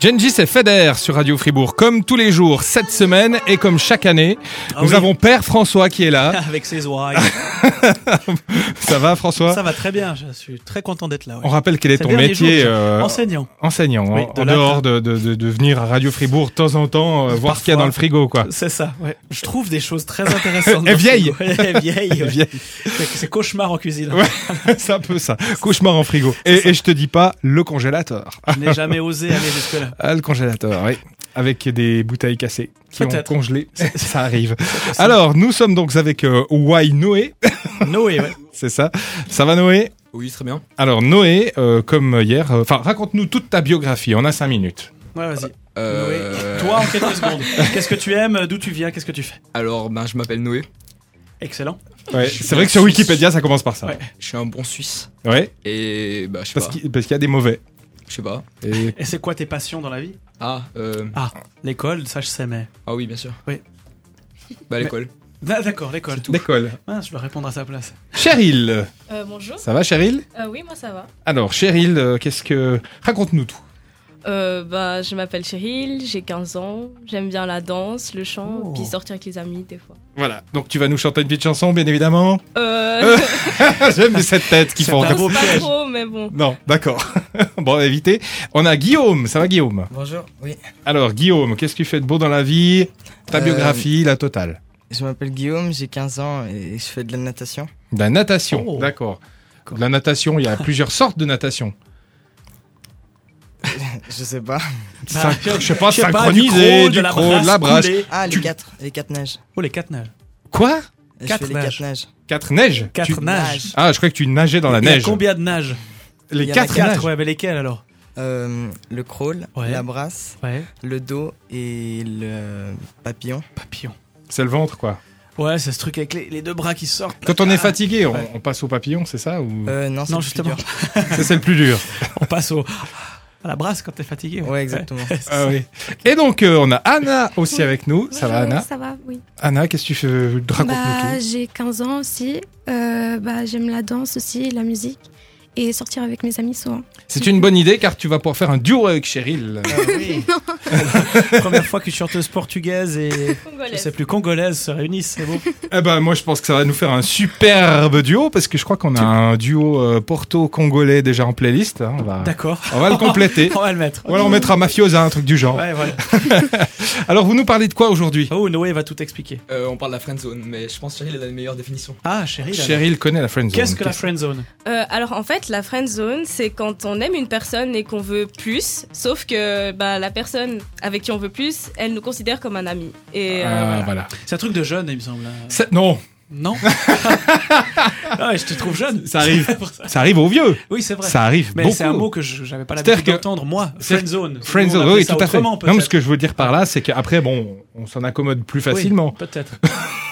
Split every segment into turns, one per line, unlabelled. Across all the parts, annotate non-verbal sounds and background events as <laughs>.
Gengis et Feder sur Radio Fribourg, comme tous les jours, cette semaine et comme chaque année.
Ah
nous
oui.
avons Père François qui est là.
<laughs> Avec ses oreilles.
Ça va François
Ça va très bien, je suis très content d'être là. ouais.
On rappelle quel est
Ces
ton
derniers
métier
jours, je-
euh,
Enseignant.
enseignant,
Oui,
hein,
de
en
là-
dehors de, de, de, de venir à Radio Fribourg de temps en temps, euh, voir ce qu'il y a
Parfois.
dans le frigo
<laughs>
quoi.
C'est ça, ouais. Je trouve des choses très
<laughs>
intéressantes.
Et
dans ce
vieille.
frigo. Et vieille, ouais.
Vieille.
C'est- C'est cauchemar en cuisine.
Ouais. <laughs> C'est un peu ça, cauchemar en frigo. Et, et je te dis pas le congélateur.
Je n'ai jamais osé aller jusque-là.
<laughs> Ah, le congélateur, oui. Avec des bouteilles cassées qui ont
Peut-être. <laughs>
congelé. Ça arrive. Alors, nous sommes donc avec euh, Y Noé.
Noé, ouais.
C'est ça. Ça va Noé
Oui, très bien.
Alors Noé, euh, comme hier, euh, enfin raconte-nous toute ta biographie, on a cinq minutes.
Ouais, vas-y.
Euh,
Noé, toi en quelques secondes. Qu'est-ce que tu aimes D'où tu viens Qu'est-ce que tu fais
Alors, ben, je m'appelle Noé.
Excellent.
c'est vrai que sur Wikipédia ça commence par ça. Ouais.
Ouais.
Je suis un bon Suisse. Et bah, je sais
parce
pas.
qu'il parce qu'il y a des mauvais.
Je sais pas.
Et
Et c'est quoi tes passions dans la vie
Ah, euh,
L'école, ça je sais, mais.
ah oui, bien sûr.
Oui.
Bah, l'école.
Ah, D'accord, l'école.
d'école.
Mince, je dois répondre à sa place.
Cheryl,
Euh, bonjour.
ça va Cheryl
Euh, oui, moi ça va.
Alors Cheryl, euh, qu'est-ce que raconte-nous tout.
Euh, bah, je m'appelle Cheryl, j'ai 15 ans, j'aime bien la danse, le chant,
Oh.
puis sortir avec les amis des fois.
Voilà. Donc tu vas nous chanter une petite chanson, bien évidemment. <laughs>
<laughs>
Ah,
Euh,
J'aime cette tête qui
C'est
font.
un beau
pas
piège.
trop, mais bon.
Non, d'accord. <laughs> bon, on va éviter. On a Guillaume, ça va Guillaume
Bonjour, oui.
Alors Guillaume, qu'est-ce que tu fais de beau dans la vie Ta
Euh,
biographie, la totale.
Je m'appelle Guillaume, j'ai 15 ans et je fais de la natation. <laughs>
De la natation,
Oh.
d'accord. De la natation, il y a plusieurs sortes de natation.
Je sais pas.
Syn- je sais pas,
Bah, Je sais pas,
synchronisé,
du
du crawl, de la brasse.
coulée.
Ah, les
Tu-
4, les 4 nages.
Oh, les quatre nages.
Quoi
Je
Quatre
fais les
nages.
4 nages.
Quatre neiges
Quatre
Tu-
nages.
Ah, je croyais que tu nageais dans la
Il y a
neige.
Combien de nages
Les
Il y en a
quatre,
quatre,
nages.
Quatre, ouais, mais lesquels alors
Euh, le crawl,
Ouais.
la brasse,
Ouais.
le dos et le papillon.
Papillon.
C'est le ventre,
<laughs>
quoi.
Ouais, c'est ce truc avec les, les deux bras qui sortent.
Quand on est
Ah.
fatigué, on,
Ouais.
on passe au papillon, c'est ça ou...
Euh, non, c'est
Non,
le plus
justement, <laughs>
dur.
Ça, C'est le plus dur.
on passe au, à la brasse quand t'es fatigué.
Ouais, exactement.
Ah oui. Et donc, euh, on a Anna aussi avec nous. Ça va,
Bonjour,
Anna
Ça va, oui.
Anna, qu'est-ce que tu fais Raconte-nous
Bah,
tout.
j'ai 15 ans aussi. Euh, bah, j'aime la danse aussi, la musique et sortir avec mes amis souvent.
C'est une bonne idée car tu vas pouvoir faire un duo avec
<laughs>
Cheryl.
Première fois qu'une chanteuse portugaise et je sais
Congolaise.
plus congolaise se réunissent, c'est beau.
Eh ben moi je pense que ça va nous faire un superbe duo parce que je crois qu'on a un duo euh, porto-congolais déjà en playlist. hein, on, va,
D'accord.
on
<laughs>
va le compléter.
On va le mettre.
Ou alors on mettra Mafiosa, un truc du genre.
Ouais, voilà.
Alors vous nous parlez de quoi aujourd'hui
Oh, Noé va tout expliquer.
Euh, on parle de la friend zone, mais je pense que Cheryl a la meilleure définition.
Ah, chérie. là.
Cheryl connaît la friendzone.
Qu'est-ce que la friend zone
Euh, alors en fait, la friend zone, c'est quand on aime une personne et qu'on veut plus, sauf que bah, la personne avec qui on veut plus, elle nous considère comme un ami. Et euh,
Ah,
voilà.
voilà.
C'est un truc de jeune, il me semble. hein.
Ça- non, <laughs>
Non Ah ouais, je te trouve jeune.
Ça arrive.
<laughs> C'est pour ça.
ça arrive aux vieux.
Oui, c'est vrai.
Ça arrive
Mais
beaucoup.
c'est un mot que je- j'avais pas
C'est-à-dire
l'habitude
que-
d'entendre, moi.
c'est-
Friend zone.
Friendzone, oui, tout à fait. Non, mais
parce
ce que je veux dire par là, c'est qu'après, bon, on s'en accommode plus facilement.
Peut-être.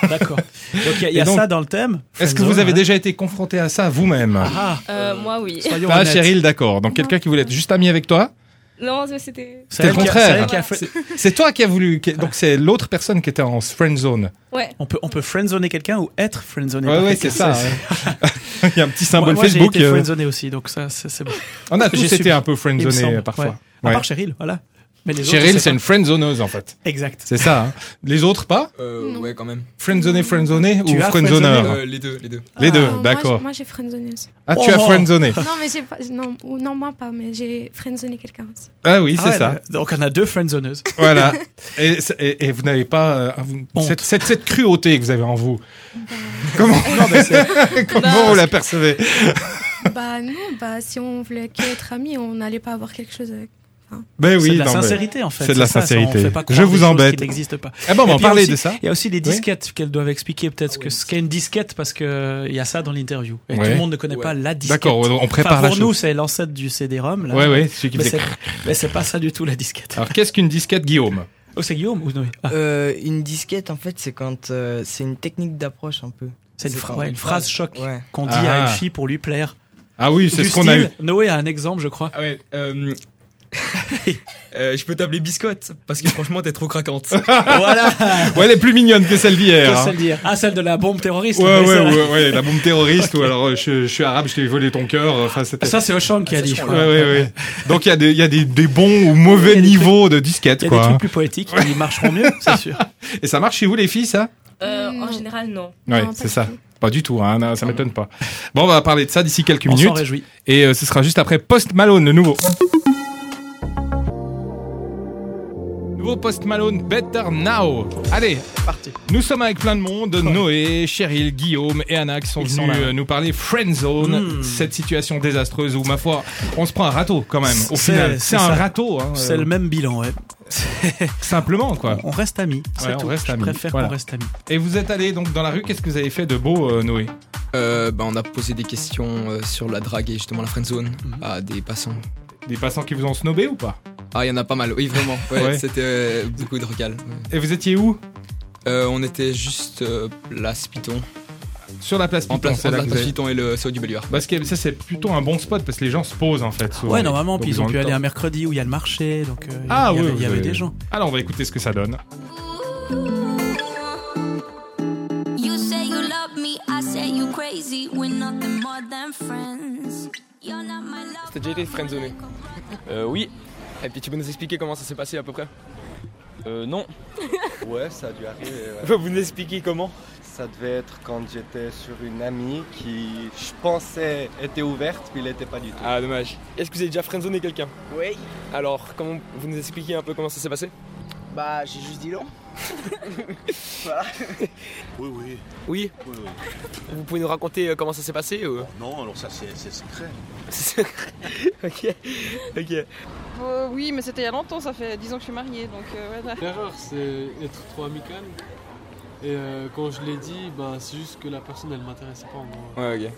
D'accord. Donc il y a, il y a
Et donc,
ça dans le thème.
Est-ce que
Friendzone,
vous avez
hein.
déjà été confronté à ça vous-même
Ah,
Euh, moi oui.
soyons
Ah,
honnêtes.
Cheryl, d'accord. Donc quelqu'un qui voulait être juste ami avec toi,
<laughs> Non, mais c'était...
C'est
C'est elle
le
qui a-
contraire.
c'est elle qui a fait-
c'est toi qui as voulu. qui- Donc c'est l'autre personne qui était en friendzone.
Ouais.
On peut, on peut friendzoner quelqu'un ou être friendzoné.
Ouais,
par
ouais,
quelqu'un.
c'est ça. ouais. <laughs> Il y a un petit symbole
moi, moi,
Facebook.
J'ai été
euh,
friendzoné aussi, donc ça, c'est c'est bon.
on a tous
J'ai
été
subi,
un peu
il me
friendzonés
semble,
euh, parfois.
ouais. À
Ouais.
part Cheryl, voilà. Mais les autres, je sais
Cheryl, c'est
pas.
une friendzoneuse en fait.
Exact.
C'est ça. hein. Les autres pas
Euh,
Non.
ouais, quand même.
Friendzoné, friendzoné
Tu
ou
as
friendzoneur
Euh, les deux, les deux.
Les deux,
Non, Euh, Ah, moi, j'ai-
d'accord.
Moi, j'ai friendzoné
<laughs>
aussi.
Ah, tu as
Oh.
friendzoné.
Non, mais j'ai pas, non, ou- non, moi pas, mais j'ai friendzoné quelqu'un aussi.
Ah oui,
Ah
c'est
ouais,
ça.
là, Donc on a deux friendzoneuses. <laughs>
Voilà. Et, c'est- et- et vous n'avez pas euh, vous-
Honte.
cette, cette- cette cruauté que vous avez en
<laughs>
vous. Comment,
Non, mais c'est-
<laughs> comment vous la percevez
bah non, bah si on voulait qu'être amis, on n'allait pas avoir quelque chose. Avec...
Ben oui,
c'est de la
non, mais-
sincérité en fait.
c'est de la
ça, ça,
sincérité.
on fait pas
Je
croire
vous
des choses
embête.
Qui n'existent pas.
Ah bon, on
Et
va
puis
parler
aussi-
de ça.
Il y a aussi les disquettes qu'elles doivent expliquer peut-être ce
Ah
que- ce qu'est une disquette parce que il y a ça dans l'interview. Et tout
Ouais.
le monde ne connaît
Ouais.
pas la disquette.
D'accord, on on prépare
Enfin,
la
pour nous,
chose.
c'est l'ancêtre du CD-ROM. là.
Ouais, ouais, celui qui
Mais
faisait- Ah.
c'est- Mais c'est pas ça du tout la disquette.
Alors qu'est-ce qu'une disquette, Guillaume
Oh, c'est Guillaume ou Noé Ah,
Euh, une disquette, en fait, c'est quand. euh, c'est une technique d'approche un peu.
C'est une, fra-
quand
ouais,
on
une phrase choc
Ouais.
qu'on dit
Ah.
à une fille pour lui plaire.
Ah oui, c'est
Du
ce qu'on a eu. <laughs>
style, Noé a un exemple, je crois.
Ah ouais, euh, <laughs> Euh, je peux t'appeler Biscotte, parce que franchement, t'es trop craquante.
voilà.
Ouais, elle est plus mignonne que celle d'hier.
Que
hein.
celle d'hier. Ah, celle de la bombe terroriste.
Ouais,
mais
ouais,
ça-
ouais, ouais, la bombe
<laughs>
terroriste, ou alors euh, je, je suis arabe, je t'ai volé ton cœur. euh, Enfin, c'était.
Ça, c'est Auchan qui a
Ah, ça,
dit.
je
je
Ouais,
crois.
ouais, ouais. Donc, il y a des, il y a des, des bons ou
Il y
mauvais
a des
niveaux de disquettes,
Il y a des
quoi.
trucs plus poétiques qui marcheront mieux,
<laughs>
c'est sûr.
Et ça marche chez vous, les filles, ça?
Euh,
Hmm.
Non.
en général, non.
Ouais,
Non, pas
c'est
du
ça.
tout.
Pas du tout, hein, non, ça m'étonne pas. Bon, on va parler de ça d'ici quelques
On s'en
minutes.
réjouit.
Et euh, ce sera juste après Post Malone, le nouveau. Nouveau Post Malone, Better Now. Allez,
Parti.
nous sommes avec plein de monde. Noé, Cheryl, Guillaume et Anna qui sont
Ils sont
venus
là.
euh, nous parler Friendzone,
Mm.
cette situation désastreuse où, ma foi, on se prend un râteau quand même. Au
C'est-
final,
c'est
c'est un
ça.
râteau, hein,
C'est
euh,
le même bilan, ouais.
simplement quoi.
<laughs> On reste amis. C'est
Ouais, on
tout.
reste
je
amis,
préfère
voilà.
qu'on reste amis.
Et vous êtes allé donc dans la rue, qu'est-ce que vous avez fait de beau, euh, Noé
<laughs> Euh, bah, on a posé des questions euh, sur la drague et justement la friendzone
Mhm.
à des passants.
Des passants qui vous ont snobé ou pas
Ah, il y en a pas mal, oui, vraiment. Ouais,
Ouais.
C'était euh, beaucoup de recales. ouais.
Et vous étiez où
Euh, on était juste euh, place Python.
Sur la place
En
Python,
place,
c'est
en
là
place
que vous avez-
Python et le saut du Belluard.
Parce que ça, c'est plutôt un bon spot parce que les gens se posent en fait. souvent.
Ouais, normalement,
Donc,
puis ils ont
le
pu aller
temps.
un mercredi où il y a le marché, donc euh,
Ah,
il
ouais,
y avait, il y
vous
avait
avez-
des gens.
Alors, on va écouter ce que ça donne.
You say you love me, I say you crazy. We're nothing more than friends. You're not my love.
T'as déjà été friendzoné
Euh, oui,
Et puis tu peux nous expliquer comment ça s'est passé à peu près
euh,
<laughs>
non.
Ouais, ça a dû arriver. ouais.
Vous nous expliquer comment
Ça devait être quand j'étais sur une amie qui, je pensais, était ouverte, puis elle n'était pas du tout.
Ah dommage. Est-ce que vous avez déjà friendzoné quelqu'un Oui. Alors, comment vous nous expliquez un peu comment ça s'est passé
Bah, j'ai juste dit non.
Oui, oui,
Oui.
oui, oui.
Vous pouvez nous raconter euh, comment ça s'est passé euh
Non, alors ça, c'est secret.
Ok. Ok.
Euh, oui, mais c'était il y a longtemps, ça fait 10 ans que je suis mariée, donc euh, ouais.
L'erreur, c'est être trop amical. Et euh, quand je l'ai dit, ben, c'est juste que la personne, elle m'intéressait pas en gros.
Ouais, ok.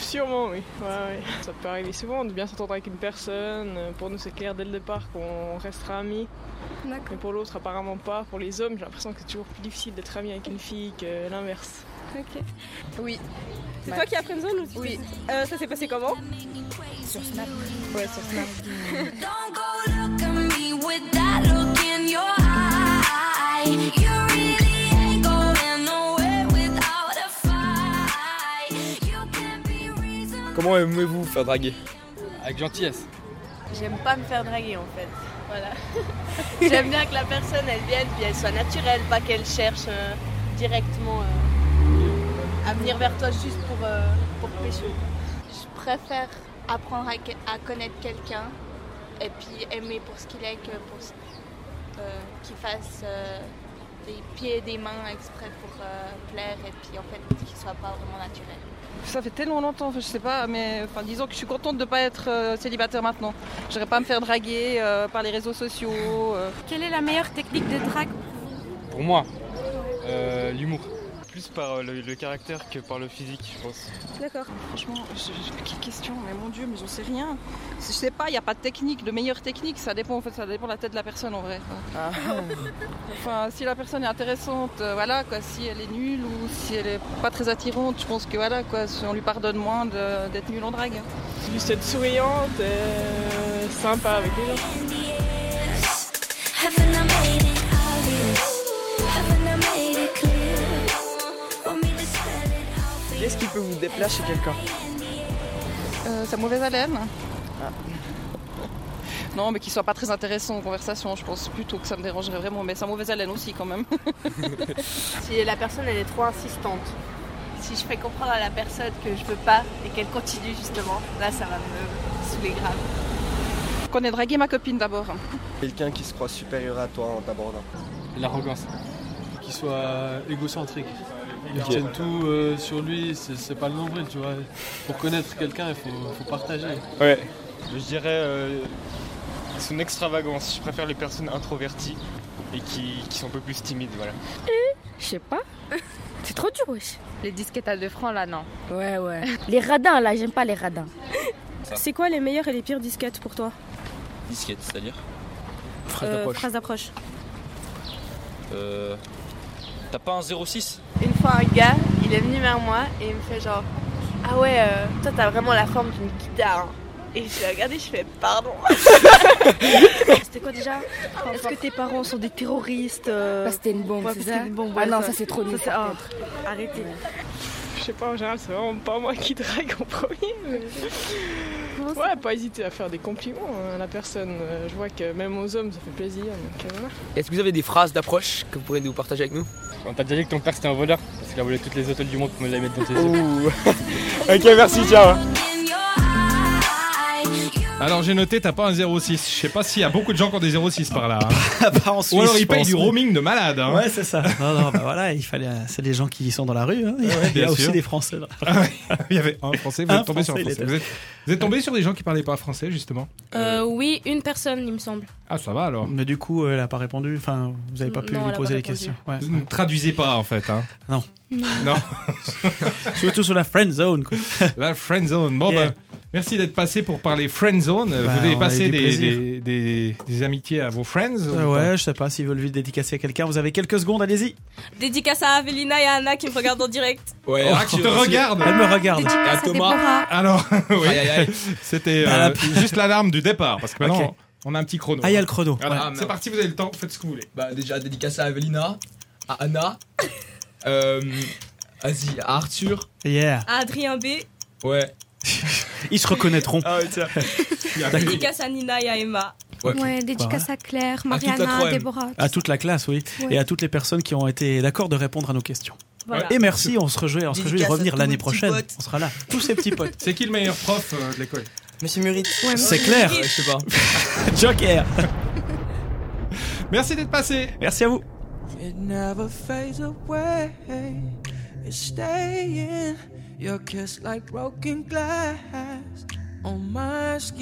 Sûrement, oui. Ouais, ouais. Ça peut arriver souvent de bien s'entendre avec une personne. Euh, Pour nous, c'est clair dès le départ qu'on restera amis. Mais
D'accord.
pour l'autre, apparemment pas. Pour les hommes, j'ai l'impression que c'est toujours plus difficile d'être ami avec une fille que l'inverse.
Ok. Oui.
C'est toi qui as friendzone ou Euh,
Oui.
ça s'est passé comment
Sur Snap.
Ouais, sur Snap.
Don't go look at me with that look in your eye. You really ain't going nowhere without a fight. You can be reasonable.
Comment aimez-vous vous faire draguer
Avec gentillesse.
J'aime pas me faire draguer en fait.
<laughs>
Voilà. J'aime bien que la personne elle vienne puis elle soit naturelle, pas qu'elle cherche euh, directement euh, à venir vers toi juste pour, euh, pour pécho.
Je préfère apprendre à, que- à connaître quelqu'un et puis aimer pour ce qu'il est que pour ce- euh, qu'il fasse euh, des pieds et des mains exprès pour euh, plaire et puis en fait qu'il soit pas vraiment naturel.
Ça fait tellement longtemps, enfin, je sais pas, mais enfin, disons que je suis contente de ne pas être euh, célibataire maintenant. J'aurais pas à me faire draguer euh, par les réseaux sociaux. euh.
Quelle est la meilleure technique de drague
Pour moi, euh, l'humour. Plus par euh, le, caractère que par le physique, je pense.
D'accord. Franchement, je, je- quelle question, mais mon Dieu, mais j'en sais rien. Je sais pas, il n'y a pas de technique, de meilleure technique, ça dépend en fait, ça dépend de la tête de la personne en vrai. <laughs> Enfin, si la personne est intéressante, euh, voilà quoi, si elle est nulle ou si elle est pas très attirante, je pense que voilà quoi, si on lui pardonne moins de- d'être nulle en drague. Juste être souriante, euh, sympa avec les gens.
Haven't I made it obvious? Haven't I made it clear? Want me to spell it out for you?
Qu'est-ce qui peut vous déplaire chez quelqu'un
sa mauvaise Euh, haleine. Ah. Non, mais qu'il soit pas très intéressant en conversation, je pense plutôt que ça me dérangerait vraiment, mais sa mauvaise haleine aussi quand même.
Si la personne elle est trop insistante, si je fais comprendre à la personne que je veux pas et qu'elle continue justement, là ça va me saouler grave.
Qu'on ait dragué ma copine d'abord.
Quelqu'un qui se croit supérieur à toi en t'abordant.
L'arrogance. Qu'il soit égocentrique. Il tienne tout euh, sur lui, c'est c'est pas le nombril, tu vois. Pour connaître quelqu'un, il faut, faut partager.
Ouais.
Je dirais son extravagance. Je préfère les personnes introverties et qui, sont un peu plus timides, voilà.
Je sais pas. C'est trop dur, wesh.
Les disquettes à 2 francs là, non
Ouais, ouais. Les radins, là, j'aime pas les radins.
C'est quoi les meilleures et les pires disquettes pour toi
Disquette, c'est-à-dire
Phrase Phrase d'approche.
euh... T'as pas un
<laughs>
06
Une fois un gars, il est venu vers moi et il me fait genre Ah ouais, euh, toi t'as vraiment la forme d'une guitare. hein.
Et je l'ai regardé, je fais <laughs> pardon.
C'était quoi déjà Est-ce que tes parents sont des terroristes euh,
Bah, c'était une bombe,
ouais,
c'est
parce
ça
que une bombe,
Ah
ouais,
non, ça, c'est trop nul,
c'est-
oh,
ça,
ah, Arrêtez.
Je sais pas, en général, c'est vraiment pas moi qui drague en premier. mais- Ouais, pas hésiter à faire des compliments à la personne. Euh, Je vois que même aux hommes, ça fait plaisir. Donc, euh, voilà.
Est-ce que vous avez des phrases d'approche que vous pourriez nous partager avec nous
On t'a déjà dit que ton père c'était un voleur, parce qu'il a volé toutes les hôtels du monde pour me les mettre dans tes yeux.
Ok, merci, ciao.
Alors j'ai noté, t'as pas un 06. Je sais pas s'il y a beaucoup de gens qui ont des 06 par là.
Bah, Ah
hein. Ou alors ils payent du roaming de malade. hein.
Ouais, c'est ça. <laughs> Non, non, bah voilà, il fallait. C'est les gens qui sont dans la rue. hein. Il y a, il y a
bien
aussi
sûr.
des Français. là.
<laughs> Il y avait un français, vous
Un
êtes tombé sur un
Français, il
français.
était-
Vous êtes, vous êtes tombé sur des gens qui parlaient pas français justement
Euh, oui, une personne, il me semble.
Ah, ça va alors.
Mais du coup, euh, elle a pas répondu. Enfin, vous avez pas pu
Non, elle a
lui
pas
poser les
répondu.
questions. Ouais.
Vous ne traduisez pas en fait. Hein.
Non.
Non. <laughs>
Surtout sur la friend zone. Quoi.
La friend zone. Bon
Yeah.
ben, merci d'être passé pour parler friend zone.
Bah,
vous avez
on a eu
passé
du
des,
plaisir.
des- des- des amitiés à vos friends ou
Euh,
pas
ouais, je sais pas s'ils veulent vite dédicacer à quelqu'un. Vous avez quelques secondes, allez-y.
Dédicace à Avelina et à Anna qui me regardent en direct.
Ouais,
ah,
<laughs>
qui te regarde.
Elle me regarde.
Dédicace
à
Déborah.
Alors, <laughs> oui.
Aïe, aïe, aïe.
C'était
Bah,
euh, juste l'alarme du départ parce que maintenant
Ok.
on a un petit chrono.
Ah, il y a le chrono.
Voilà.
Ah,
C'est parti, vous avez le temps, faites ce que vous voulez.
Bah, déjà, dédicace à Evelina, à
<laughs>
Anna, euh, vas-y, à Arthur.
Yeah.
À Adrien B.
Ouais.
Ils se reconnaîtront.
Ah ouais, tiens.
Dédicace à Nina et à Emma.
Ouais, dédicace à Claire,
Bah, toute la
Mariana,
troisième.
Déborah.
À toute la classe, oui.
Ouais.
Et à toutes les personnes qui ont été d'accord de répondre à nos questions.
Voilà.
Et merci, on se rejouait, on se réjouit de
Dédicace à
revenir
tous
l'année
nos petits
prochaine.
potes.
On sera là, tous ces petits potes.
C'est qui le meilleur prof euh, de l'école
Monsieur Murit.
C'est clair.
Ouais, je sais pas.
<laughs> Joker.
Merci d'être passé.
Merci à vous.
It never fades away. It's staying. Your kiss like broken glass on my skin.